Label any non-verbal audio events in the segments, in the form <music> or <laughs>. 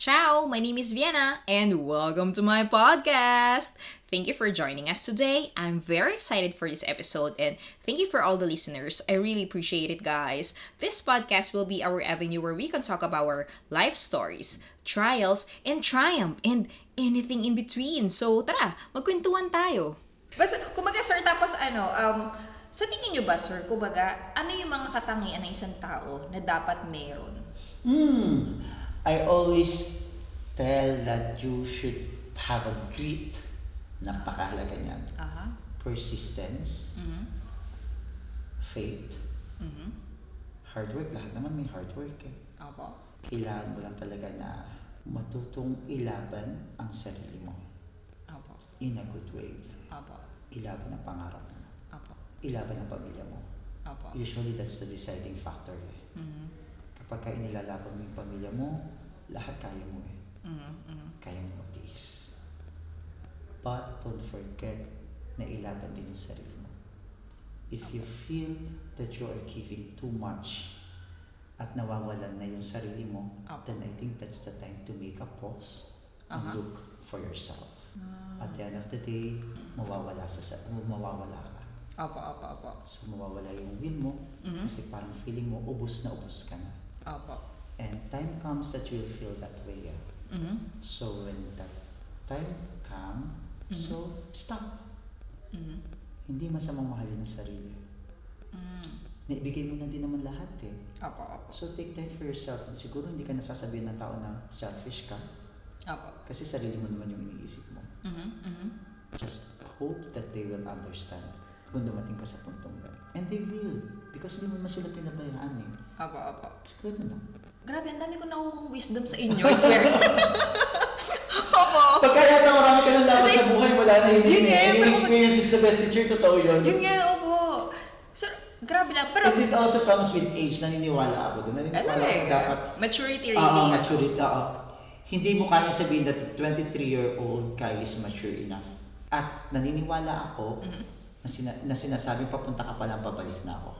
Ciao, my name is Vienna, and welcome to my podcast. Thank you for joining us today. I'm very excited for this episode, and thank you for all the listeners. I really appreciate it, guys. This podcast will be our avenue where we can talk about our life stories, trials, and triumph, and anything in between. So, tara, magkwentuhan tayo. Basta, kumbaga, sir, tapos ano, um, sa tingin nyo ba, sir, kumbaga, ano yung mga katangian ng isang tao na dapat meron? Hmm. I always tell that you should have a grit. Napakahalaga niyan. Aha. Persistence, Mhm. faith, Mhm. hard work. Lahat naman may hard work eh. Opo. Kailangan mo lang talaga na matutong ilaban ang sarili mo Opo. in a good way. Opo. Ilaban ang pangarap mo. Opo. Ilaban ang pamilya mo. Opo. Usually that's the deciding factor eh. Mhm. Kapag ka inilalaban mo yung pamilya mo, lahat kaya mo eh. Mhm. Mhm. kaya mo matiis. But don't forget na ilaban din yung sarili mo. If you feel that you are giving too much at nawawalan na yung sarili mo, Opo. then I think that's the time to make a pause and Aha. look for yourself. Ah. At the end of the day, mawawala sa sa- mawawala ka. Opo, opo, opo. So mawawala yung will mo Mhm. kasi parang feeling mo ubos na ubos ka na. Opo. And time comes that you'll feel that way. ah. Mhm. So when that time come, Mhm. so stop. Mhm. Hindi masamang mahalin ang sarili. Mm. Naibigay mo na din naman lahat eh. Opo, opo. So take time for yourself. And siguro hindi ka nasasabihin ng tao na selfish ka. Opo. Kasi sarili mo naman yung iniisip mo. Mhm. Mhm. Just hope that they will understand kung dumating ka sa puntong yun. And they will. Because hindi mo naman sila pinabayaan eh. Opo, opo. Siguro na. Grabe, ang dami ko nakukuhang wisdom sa inyo, I swear. <laughs> opo. Pagka yata marami ka nang laban sa buhay, wala na yun. Yun eh. nga, Yung pero- experience is the best teacher. Totoo yun. Yun nga, opo. Sir, grabe lang. Pero, And it also comes with age, naniniwala ako doon. Naniniwala ano ako eh, na dapat, maturity ah, really. maturity, oo. Hindi mo kaya sabihin that 23-year-old Kyle is mature enough. At naniniwala ako Mm-hmm. na, sina- na sinasabing papunta ka palang babalik na ako.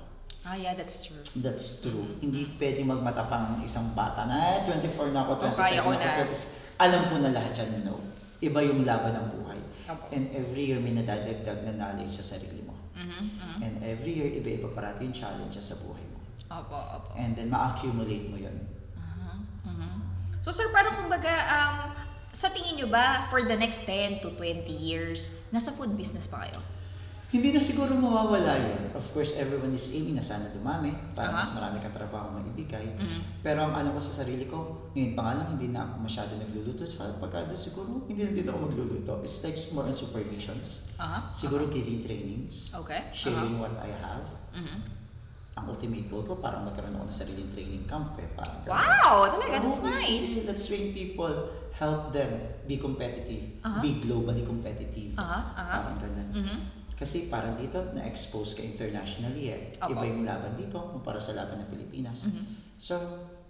Ah, yeah, that's true. That's true. Hindi pwede magmatapang ang isang bata na "Ah, 24 na ako, Oh, 25 kaya ko na na." ako. 26." Alam ko na lahat yan, no. Iba yung laban ng buhay. Opo. And every year may nadadagdag na knowledge sa sarili mo. Mhm. mhm. And every year, iba-iba parati yung challenges sa buhay mo. Opo, opo. And then, ma-accumulate mo yun. Aha, aha. Uh-huh, So sir, parang kumbaga, um, sa tingin nyo ba, for the next 10 to 20 years, nasa food business pa kayo? Hindi na siguro mawawala yun. Of course, everyone is aiming na sana dumami para Aha. mas marami kang trabaho maibigay. Mhm. Pero ang alam ko sa sarili ko, ngayon pa nga lang, hindi na ako masyado nagluluto. Tsaka pagkada siguro, hindi na din ako magluluto. It's like more on supervisions. Aha. Siguro giving trainings, Uh-huh. Okay. uh-huh. sharing what I have. aha. Mhm. Ang ultimate goal ko, parang magkaroon ako ng sariling training camp eh. Parang Oh, Wow! Talaga, Oo, that's basically, nice. Let's train people, help them be competitive, Aha. be globally competitive. Aha, aha. Parang ganun. Mhm. Kasi parang dito, na-expose ka internationally eh. Opo. Iba yung laban dito kumpara sa laban ng Pilipinas. Mhm. So,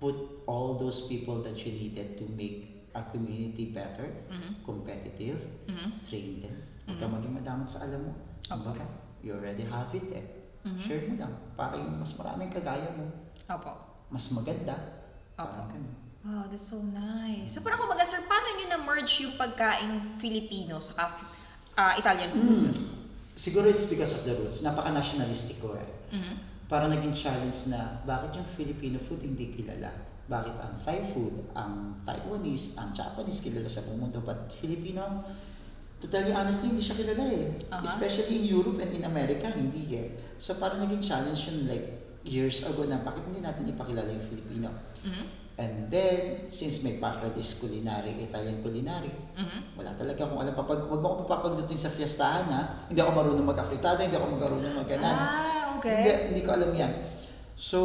put all those people that you needed to make a community better, Mhm. competitive, Mhm. train them. Huwag kang maging madamot sa alam mo. Mm-hmm. Opo. Kumbaga, you already have it eh. Mhm. Share mo lang. Para yung mas maraming kagaya mo, Opo. mas maganda. Opo. Parang ganun. Wow, that's so nice. So parang kumbaga, sir, paano nyo na-merge yung pagkain Filipino sa Italian food? Mm. Siguro it's because of the roots. Napaka-nationalistic ko eh. Mhm. Para naging challenge na bakit yung Filipino food hindi kilala? Bakit ang Thai food, ang Taiwanese, ang Japanese kilala sa buong mundo but Filipino, to tell you honestly, hindi siya kilala eh. Aha. Especially in Europe and in America, hindi eh. So para naging challenge yun like years ago na bakit hindi natin ipakilala yung Filipino? Mhm. And then, since may background is culinary, Italian culinary, Mhm. wala talaga akong alam. Papag, wag mo akong papagdutin sa fiestahan ha. Hindi ako marunong mag-afritada, hindi ako marunong mag-ganan. Ah, Hindi, okay. hindi ko alam yan. So,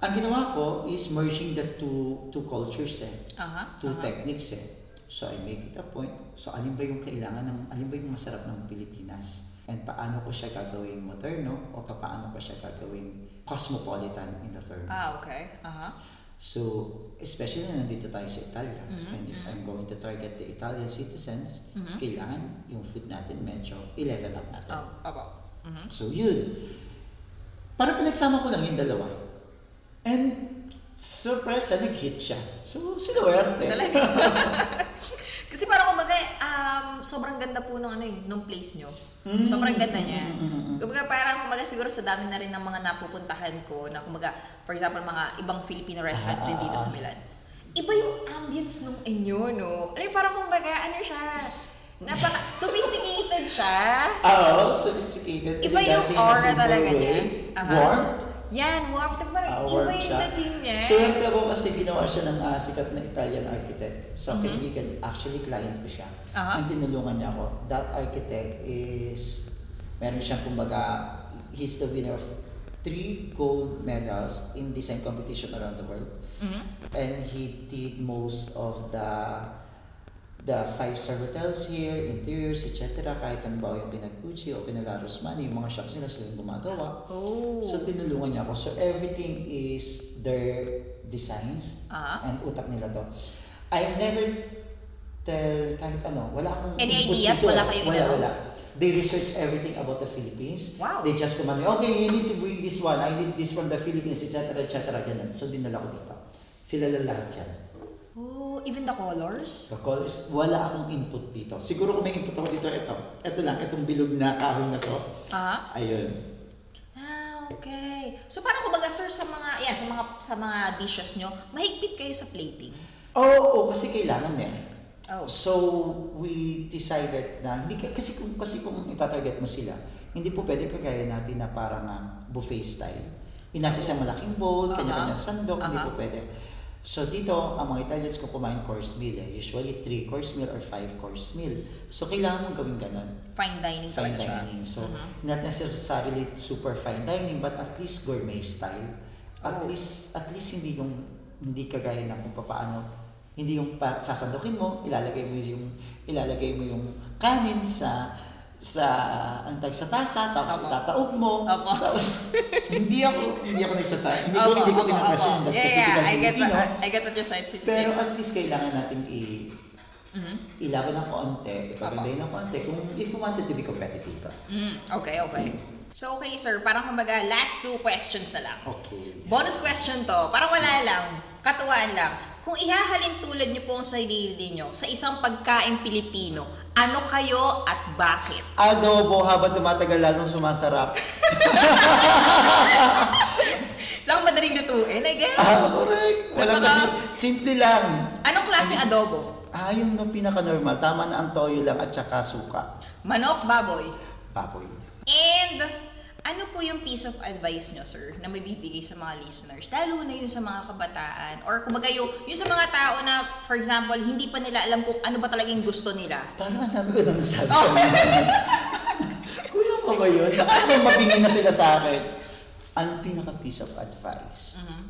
ang ginawa ko is merging the two, two cultures eh. Aha. Two aha. techniques eh. So, I make it a point. So, alin ba yung kailangan ng, alin ba yung masarap ng Pilipinas? And paano ko siya gagawin moderno o paano ko siya gagawin cosmopolitan in the third? Ah, okay. Aha. So, especially na nandito tayo sa Italia, Mhm, and if mhm. I'm going to target the Italian citizens, Mhm. kailangan yung food natin medyo i-level up natin. Oh, opo. <laughs> Mhm. So, yun. Parang pinagsama ko lang yung dalawa. And surprise na nag-hit siya. So, sinuwerte. Talaga. <laughs> Kasi parang kumbaga, um, sobrang ganda po nung ano eh, nung place nyo. Mm. Sobrang ganda niya. Mm. Kumbaga parang kumbaga siguro sa dami na rin ng mga napupuntahan ko na kumbaga, for example, mga ibang Filipino restaurants din dito Ah. sa Milan. Iba yung ambience nung inyo, no? Alam mo, parang kumbaga, ano siya, napaka <laughs> sophisticated siya. Oo, sophisticated. Iba yung Dating na aura simple talaga way. niya. Aha. Warm. Yan, warm. Tapos parang Ah, iba warm yung siya. dating niya. Swerte ako kasi ginawa siya ng ah, sikat na Italian architect. So, Mhm. kaibigan, actually client ko siya. Aha. Ang tinulungan niya ako, that architect is, meron siyang kumbaga, he's the winner of three gold medals in design competition around the world. Mhm. and he did most of the the five-star hotels here, interiors, etc. Kahit ang bawa yung Pinaguchi o Pinala Rosmani, yung mga shops nila sila yung gumagawa. Oh. So, tinulungan niya ako. So, everything is their designs Aha. and utak nila to. I never tell kahit ano. Wala akong Any input ideas? dito. Wala kayong Wala, inano? wala. They research everything about the Philippines. Wow. They just come and, okay, you need to bring this one. I need this from the Philippines, etc., etc., ganun. So, dinala ko dito. Sila lang lahat yan. oh, even the colors? The colors, wala akong input dito. Siguro kung may input ako dito, ito. Ito lang, itong bilog na kahoy na to. Aha. Ayun. Ah, okay. So parang kumbaga sir sa mga yeah, sa mga sa mga dishes nyo, mahigpit kayo sa plating. Oo, oo, kasi kailangan eh. Oh. So, we decided na, hindi, ka- kasi kung, kasi kung itatarget mo sila, hindi po pwede kagaya natin na parang ah, buffet style. Inasa sa malaking bowl, Aha. kanya-kanya sandok, hindi Aha. po pwede. So dito, ang mga Italians ko kumain course meal eh. Usually, three course meal or five course meal. So, kailangan mong gawin ganun. Fine dining Fine talaga siya. dining. So, Mhm. not necessarily super fine dining, but at least gourmet style. At Oh. least, at least hindi yung, hindi kagaya na kung paano, hindi yung pa, sasandukin mo, ilalagay mo yung, ilalagay mo yung kanin sa, sa, ang tag sa tasa, tapos Tama. itataob mo. Tama. <laughs> Tapos, hindi ako, hindi ako nagsasayang. Hindi ko, Opo, hindi ko opo, kinakasyon. opo. That's yeah, a yeah, I typical get Filipino. that. I get what you're saying. Pero at least kailangan natin i, Mhm. ilaban ng konti, ipagandahin ng konti, kung if you wanted to be competitive. ah. Mm, okay, okay. So okay sir, parang kumbaga last two questions na lang. Okay. Bonus question to, parang wala lang, katuwaan lang. Kung ihahalin tulad niyo po ang sarili niyo sa isang pagkain Pilipino, ano kayo at bakit? Adobo Ano, habang tumatagal lalong sumasarap. Saan madaling lutuin, I guess? Ah, correct. Wala Tama. kasi, simple lang. Anong klaseng adobo? Ah, yung no, pinaka-normal. Tama na ang toyo lang at saka suka. Manok, baboy. Baboy. And ano po yung piece of advice nyo, sir, na may bibigay sa mga listeners? Lalo na yun sa mga kabataan or kumbaga yung, yung sa mga tao na, for example, hindi pa nila alam kung ano ba talagang gusto nila. Parang ang dami ko na nasabi. Oh. Kuya ko ba yun? Baka mabingi na sila sa akin. Ang pinaka-piece of advice, Mhm.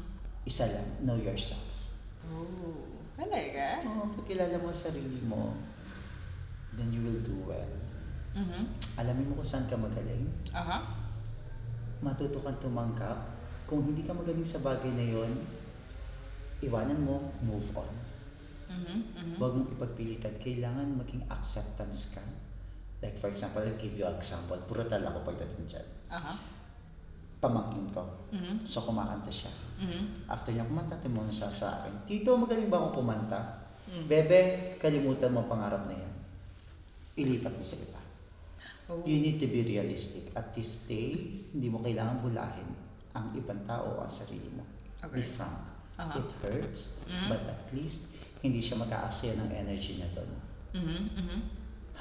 isa lang, know yourself. Oh, talaga? Oh, pagkilala mo ang sarili mo, then you will do well. Mhm. Alamin mo kung saan ka magaling, Aha. matuto kang tumanggap. Kung hindi ka magaling sa bagay na yon, iwanan mo, move on. Mhm. Mhm. Huwag mong ipagpilitan. Kailangan maging acceptance ka. Like for example, I'll give you an example. Brutal ako pagdating dyan. Aha. Pamangkin ko. Mhm. So kumakanta siya. Mhm. After niya kumanta, timono siya sa akin. Tito, magaling ba ako kumanta? Mm. Bebe, kalimutan mo ang pangarap na yan. Ilipat mo sa iba. Oh. You need to be realistic. At this stage, hindi mo kailangan bulahin ang ibang tao o ang sarili mo. Okay. Uh-huh. Be frank. Aha. It hurts, Mhm. but at least hindi siya mag-aaksaya ng energy na doon. Mhm. Mhm.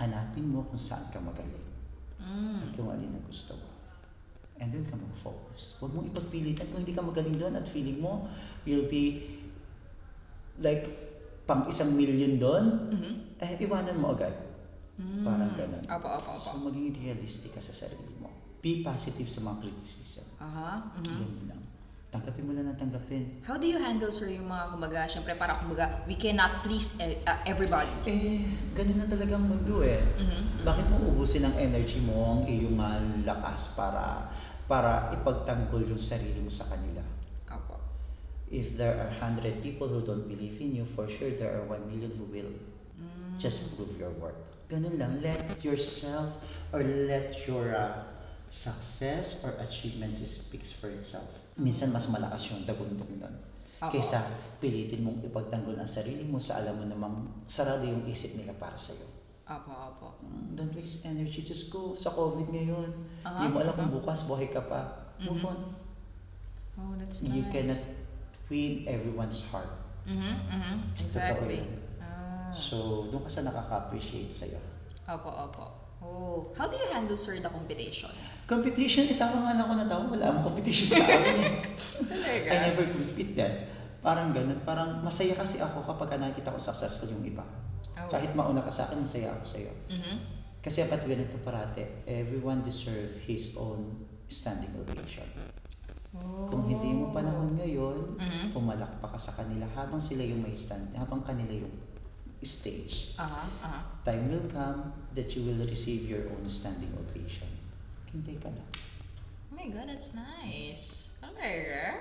Hanapin mo kung saan ka magaling Mm. at kung alin ang gusto mo. And doon ka mag-focus. Huwag mong ipagpilitan kung hindi ka magaling doon at feeling mo you'll be like pang isang million doon, Mhm. eh iwanan mo agad. Mm. Parang ganun. Opo, opo, opo. So maging realistic ka sa sarili mo. Be positive sa mga criticism. Aha. Mhm. Yun lang. Tanggapin mo lang ng tanggapin. How do you handle, sir, yung mga kumbaga, syempre para kumbaga, we cannot please e- uh, everybody. Eh, ganun na talaga ang mundo eh. Mhm. Bakit mo ubusin ang energy mo, ang iyong mga lakas para para ipagtanggol yung sarili mo sa kanila? Opo. If there are 100 people who don't believe in you, for sure there are 1 million who will. Mm. Just prove your worth. Ganun lang. Let yourself or let your uh, success or achievements speaks for itself. Minsan mas malakas yung dagundong nun. Oo. Kaysa pilitin mong ipagtanggol ang sarili mo sa alam mo namang sarado yung isip nila para sa'yo. Opo, opo. Mm, Don't waste energy. Just go. Sa COVID ngayon, Aha, hindi mo alam kung aha. bukas buhay ka pa. Move on. Oh, that's nice. You cannot win everyone's heart. Mm-hmm, mm-hmm. Exactly. yun. Ah. So, doon ka sa nakaka-appreciate sa'yo. Opo, opo. Oh, how do you handle sir the competition? Competition, eh, tama nga lang ako na tao. Wala akong <laughs> competition sa akin. eh. Talaga? I never compete yan. Parang ganun. Parang masaya kasi ako kapag ka nakikita ko successful yung iba. Oh. Kahit mauna ka sa akin, masaya ako sa'yo. Mm-hmm. Kasi dapat ganun ka parate. Everyone deserve his own standing ovation. Oh. Kung hindi mo panahon ngayon, Mhm. pumalak pa ka sa kanila habang sila yung may stand, habang kanila yung stage. Aha, aha. Time will come that you will receive your own standing ovation. Hintay ka lang. Oh my God, that's nice. Talaga?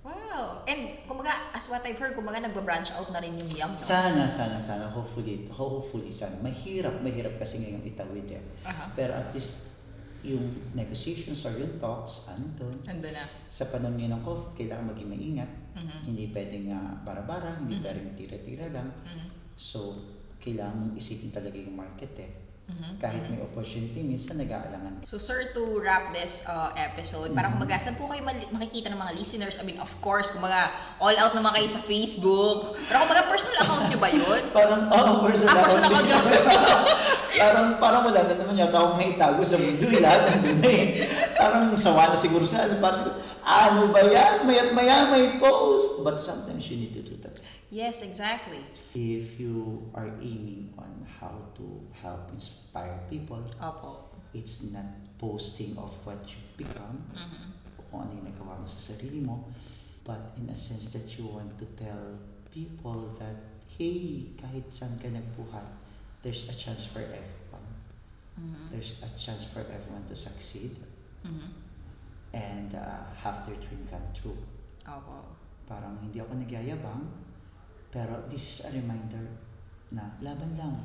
Wow. And kumbaga, as what I've heard, kumbaga nagba-branch out na rin yung yum, no? Sana, sana, sana. Hopefully, hopefully, sana. Mahirap, mahirap kasi ngayong itawid eh. Aha. Pero at least, yung negotiations or yung talks, andun. Nandun na. Sa panahon ngayon ng COVID, kailangan maging maingat. Mhm. Hindi pwedeng ah, bara-bara, hindi Mhm. pwedeng tira-tira lang. Mhm. So, kailangan mong isipin talaga yung market eh. Mhm. Kahit may opportunity, minsan nag-aalangan. So sir, to wrap this uh, episode, parang Mhm. kumbaga, saan po kayo mali- makikita ng mga listeners? I mean, of course, kumbaga, all out naman kayo sa Facebook. Pero kumbaga, personal account nyo ba yun? Parang, oh, oo, personal Ah, personal account. account. <laughs> parang, parang wala na naman yata akong maitago sa mundo. Eh, lahat nandun na eh. Parang sawa na siguro sa ano. Parang siguro, ano ba yan? Mayat maya may post. But sometimes you need to do that. Yes, exactly. If you are aiming on how to help inspire people, Opo. it's not posting of what you've become, Mhm. kung ano yung nagawa mo sa sarili mo, but in a sense that you want to tell people that, hey, kahit saan ka nagbuhat, there's a chance for everyone. Mhm. There's a chance for everyone to succeed Mhm. and uh, have their dream come true. Opo. Parang hindi ako nagyayabang, pero this is a reminder na laban lang.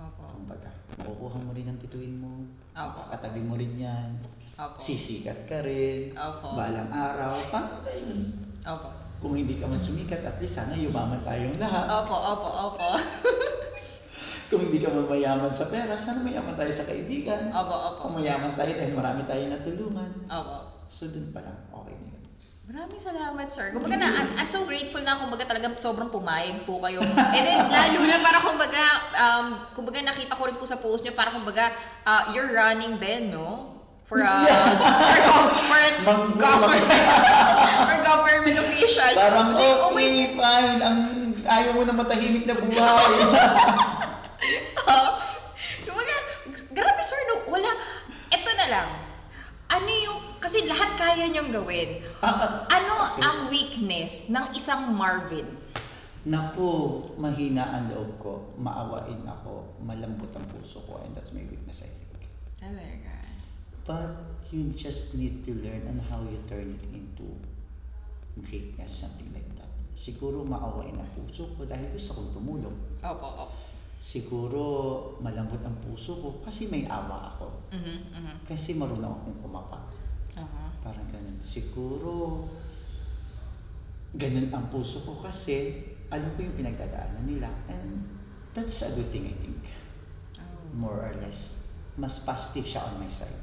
Opo. Kumbaga, makukuha mo rin ang bituin mo, Opo. katabi mo rin yan, Opo. sisikat ka rin, Opo. balang araw, parang ganun. Opo. kung hindi ka man sumikat, at least sana yumaman tayong lahat. Opo, opo, opo. Kung hindi ka man mayaman sa pera, sana mayaman tayo sa kaibigan. Opo, opo. Kung mayaman tayo dahil marami tayo natulungan. Opo. So dun pa lang, okay na yun. Maraming salamat, sir. Kumbaga na, I'm, I'm so grateful na kumbaga talagang sobrang pumayag po kayo. And then, lalo na para kumbaga, um, kumbaga nakita ko rin po sa post nyo, para kumbaga, uh, you're running then, no? For a, for, a Mag- government, <laughs> for government official. Parang, Kasi, oh, oh my okay, fine. Ang, ayaw mo na matahimik na buhay. <laughs> Ah, Kumbaga, grabe sir, no, wala. Ito na lang. Ano yung, kasi lahat kaya niyong gawin. Ah, Ano ang weakness ng isang Marvin? Naku, mahina ang loob ko. Maawain ako. Malambot ang puso ko. And that's my weakness, I think. Talaga. But you just need to learn on how you turn it into greatness, something like that. Siguro maawain ang puso ko dahil gusto kong tumulong. Opo, opo. Siguro malambot ang puso ko kasi may awa ako. Mhm, mhm. Kasi marunong akong kumapa. Aha. Parang ganun. Siguro ganun ang puso ko kasi alam ko yung pinagdadaanan nila. And that's a good thing, I think. Oh. More or less. Mas positive siya on my side.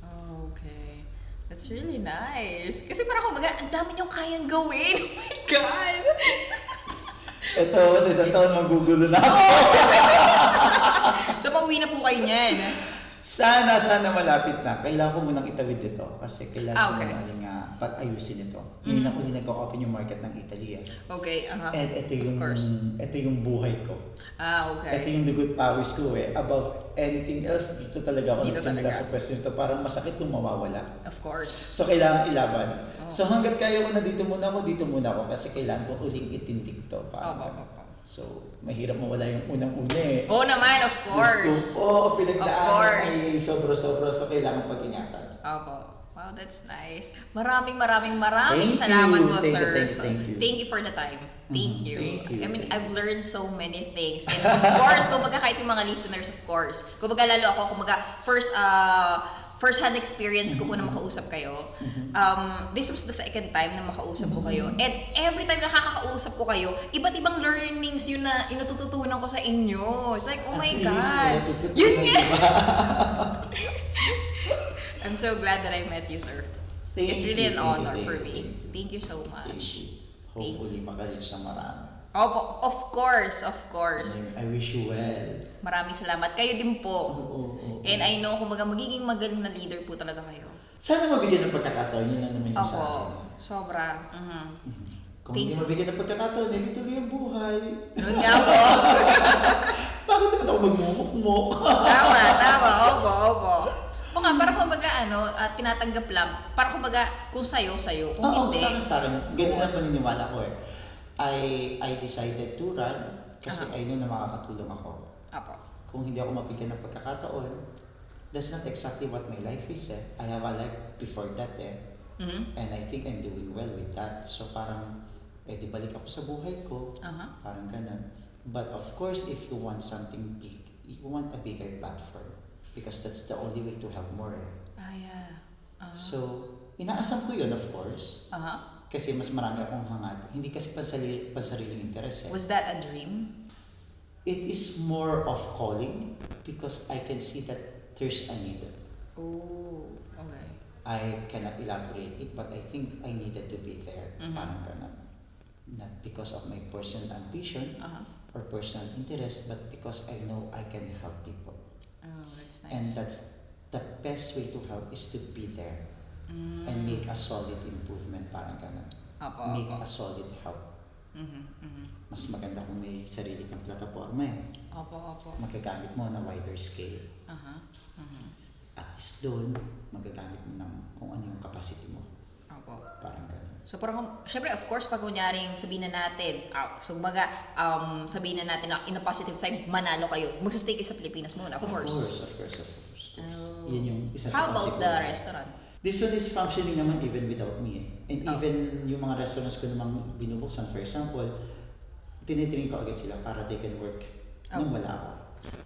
Oh, okay. That's really nice. Kasi parang kumbaga, ang dami niyong kayang gawin. <laughs> Oh my God! Ito, sa isang taon magugulo na ako. so, pauwi na po kayo niyan. Sana, sana malapit na. Kailangan ko munang itawid ito kasi kailangan Ah, okay. Mm-hmm. ko munang uh, pag-ayusin ito. Yun ang uli nag-open yung market ng Italy eh. Okay, aha. And ito Ah, Of yung, course. ito yung buhay ko. Ah, Ito okay. yung the good powers ko eh. Above anything else, dito talaga ako Dito nagsimula talaga. sa question ito. Parang masakit kung mawawala. Of course. So, kailangan ilaban. Oh. So, hanggat kaya ko na dito muna ako, dito muna ako kasi kailangan ko uling itindig to. Opo, Parang, opo, opo. so, mahirap mawala yung unang-una eh. Oo naman, of course. Diyos ko po, Of pinagdaanan course. ay sobra-sobra sa kailangan pag-ingatan. Opo. Wow, that's nice. Maraming maraming maraming Thank salamat you. po, Thank you, sir. thank you, So, thank you. for the time. Thank Mhm, you. thank you, I mean, thank I've learned so many things. And <laughs> of course, kumbaga kahit yung mga listeners, of course. Kumbaga lalo ako, kumbaga, first, uh, first-hand experience ko po Mm-hmm. na makausap kayo. Um, this was the second time na makausap ko kayo. Mm-hmm. And every time nakakausap ko kayo, iba't ibang learnings yun na inutututunan ko sa inyo. It's like, oh my At least, God. eh, Yun tututunan, nga. diba? I'm so glad that I met you, sir. Thank It's really you, an thank you, honor thank for you, me. Thank you so Thank much. you. Hopefully, makareach sa marami. Opo, of course, of course. I wish you well. Maraming salamat. Kayo din po. Oo, oo. oh, And I know kumbaga magiging magaling na leader po talaga kayo. Sana mabigyan ng pagkakataon, yun lang naman yung sa akin. Opo, sobra. Mhm. Kung Thank hindi mabigyan ng pagkakataon, eh, hindi tuloy ang buhay. Yun nga po. <laughs> Bakit naman ako magmumukmuk? Tama, tama. Opo, opo. O nga, para kumbaga ano, ah, tinatanggap lang. Para kumbaga, kung sayo, sayo. Kung Oo, hindi, sa akin, sa akin. Ganun ang paniniwala ko eh. I, I decided to run kasi Aha. I know na makakatulong ako. opo. Kung hindi ako mabigyan ng pagkakataon, that's not exactly what my life is eh. I have a life before that eh. Mhm. And I think I'm doing well with that. So parang, eh di balik ako sa buhay ko. Aha. Parang ganun. But of course, if you want something big, you want a bigger platform. Because that's the only way to help more eh. Ah, yeah. Ah. So, inaasam ko yun of course. Aha. Kasi mas marami akong hangat. Hindi kasi pansarili, pansariling interes eh. Was that a dream? It is more of calling because I can see that there's a need. Oh, okay. I cannot elaborate it, but I think I needed to be there. Mhm. Parang ganun. Not because of my personal ambition Aha. or personal interest, but because I know I can help people. Oh, that's nice. And uh, that's the best way to help is to be there Mm. and make a solid improvement. Parang ganun. Opo, Make opo. a solid help. Mhm, mhm. Mas maganda kung may sarili kang plataforma eh. Opo, opo. Magagamit mo na wider scale. Aha. mhm. At least doon, magagamit mo ng kung ano yung capacity mo. Opo. Parang ganun. So parang, syempre of course, pag kunyaring sabihin na natin, ah, so kumbaga, um, sabihin na natin na in a positive side, manalo kayo. Magsastay kayo sa Pilipinas muna, of course. Of course, of course, of course. Oh. Yun yung isa sa How about the consequences. restaurant? This one is functioning naman even without me. eh. And Oh. even yung mga restaurants ko namang binubuksan, for example, tinitrain ko agad sila para they can work nung Oh. wala ako.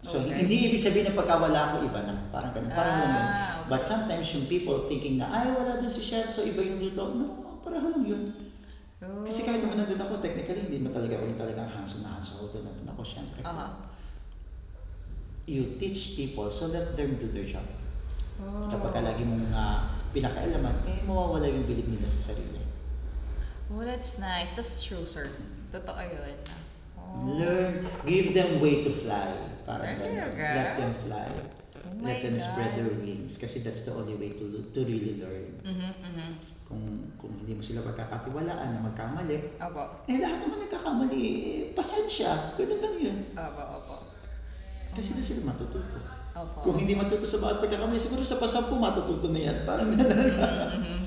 So, Okay. hindi ibig sabihin na pagka wala ako, iba na. Parang ganun. Parang Ah, naman. okay. But sometimes yung people thinking na, ay, wala doon si chef, so iba yung luto. No, pareho lang yun. Oh. Kasi kahit naman nandun ako, technically, hindi mo talaga ako yung talagang hands-on na hands-on. Although nandun ako, syempre. Aha. You teach people so that them do their job. Oh. Kapag ka lagi mong ah, pinakaalaman, eh mawawala yung bilib nila sa sarili. Oh, that's nice. That's true, sir. Totoo yun. Oh. Learn, give them way to fly. Parang Talaga? ganun. Let them fly. Oh my Let them spread God. their wings. Kasi that's the only way to to really learn. Mhm, mhm. Kung kung hindi mo sila pagkakatiwalaan na magkamali, Opo. eh lahat naman nagkakamali, eh, pasensya. Ganun lang yun. Opo, opo. Kasi doon sila matututo. Opo. Kung hindi matuto sa bawat pagkakamali, siguro sa pasampu matututo na yan. Parang ganun. Mhm, mhm.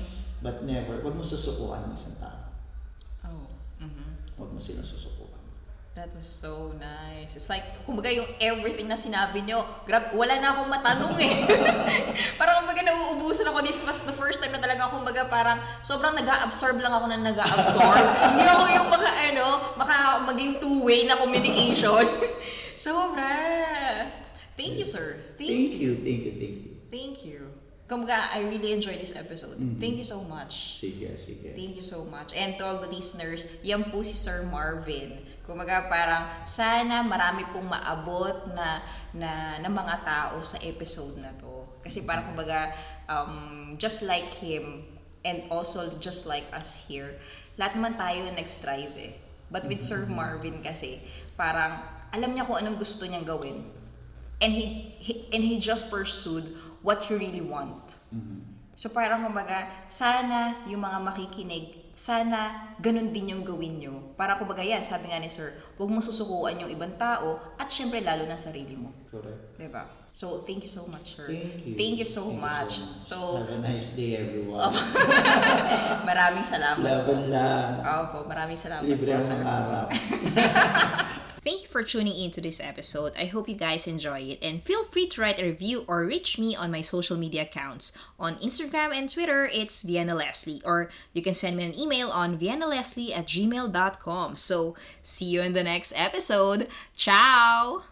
But never, wag mo susukuan ng isang tao. Oh. mhm. Huwag mo sila susukuan. That was so nice. It's like, kumbaga yung everything na sinabi nyo, grab, wala na akong matanong eh. <laughs> parang kumbaga nauubusan ako this was the first time na talaga kumbaga parang sobrang nag absorb lang ako na nag absorb Hindi ako yung maka, ano, maka maging two-way na communication. <laughs> Sobra. Thank you, sir. Thank, Thank you, thank you, thank you. thank you. Kumbaga, I really enjoyed this episode. Mhm. Thank you so much. Sige, sige. Thank you so much. And to all the listeners, yan po si Sir Marvin. Kumaga parang sana marami pong maabot na, na, na mga tao sa episode na to. Kasi parang kumbaga, um, just like him and also just like us here, lahat man tayo nag-strive eh. But with Sir Marvin kasi, parang alam niya kung anong gusto niyang gawin. And he, he and he just pursued what he really want. Mm-hmm. So parang kumbaga, sana yung mga makikinig, sana ganun din yung gawin nyo. Para kumbaga yan, sabi nga ni Sir, huwag mo susukuan yung ibang tao at syempre lalo na sarili mo. Correct. 'Di ba? So thank you so much, Sir. Thank you. so much. so, Have a nice day, <laughs> everyone. maraming <laughs> salamat. Laban lang. Opo, maraming salamat Libre po, ang Sir. araw. Thank you for tuning in to this episode. I hope you guys enjoy it and feel free to write a review or reach me on my social media accounts. On Instagram and Twitter, it's Vienna Leslie, or you can send me an email on viennaleslie at gmail.com. So, see you in the next episode. Ciao!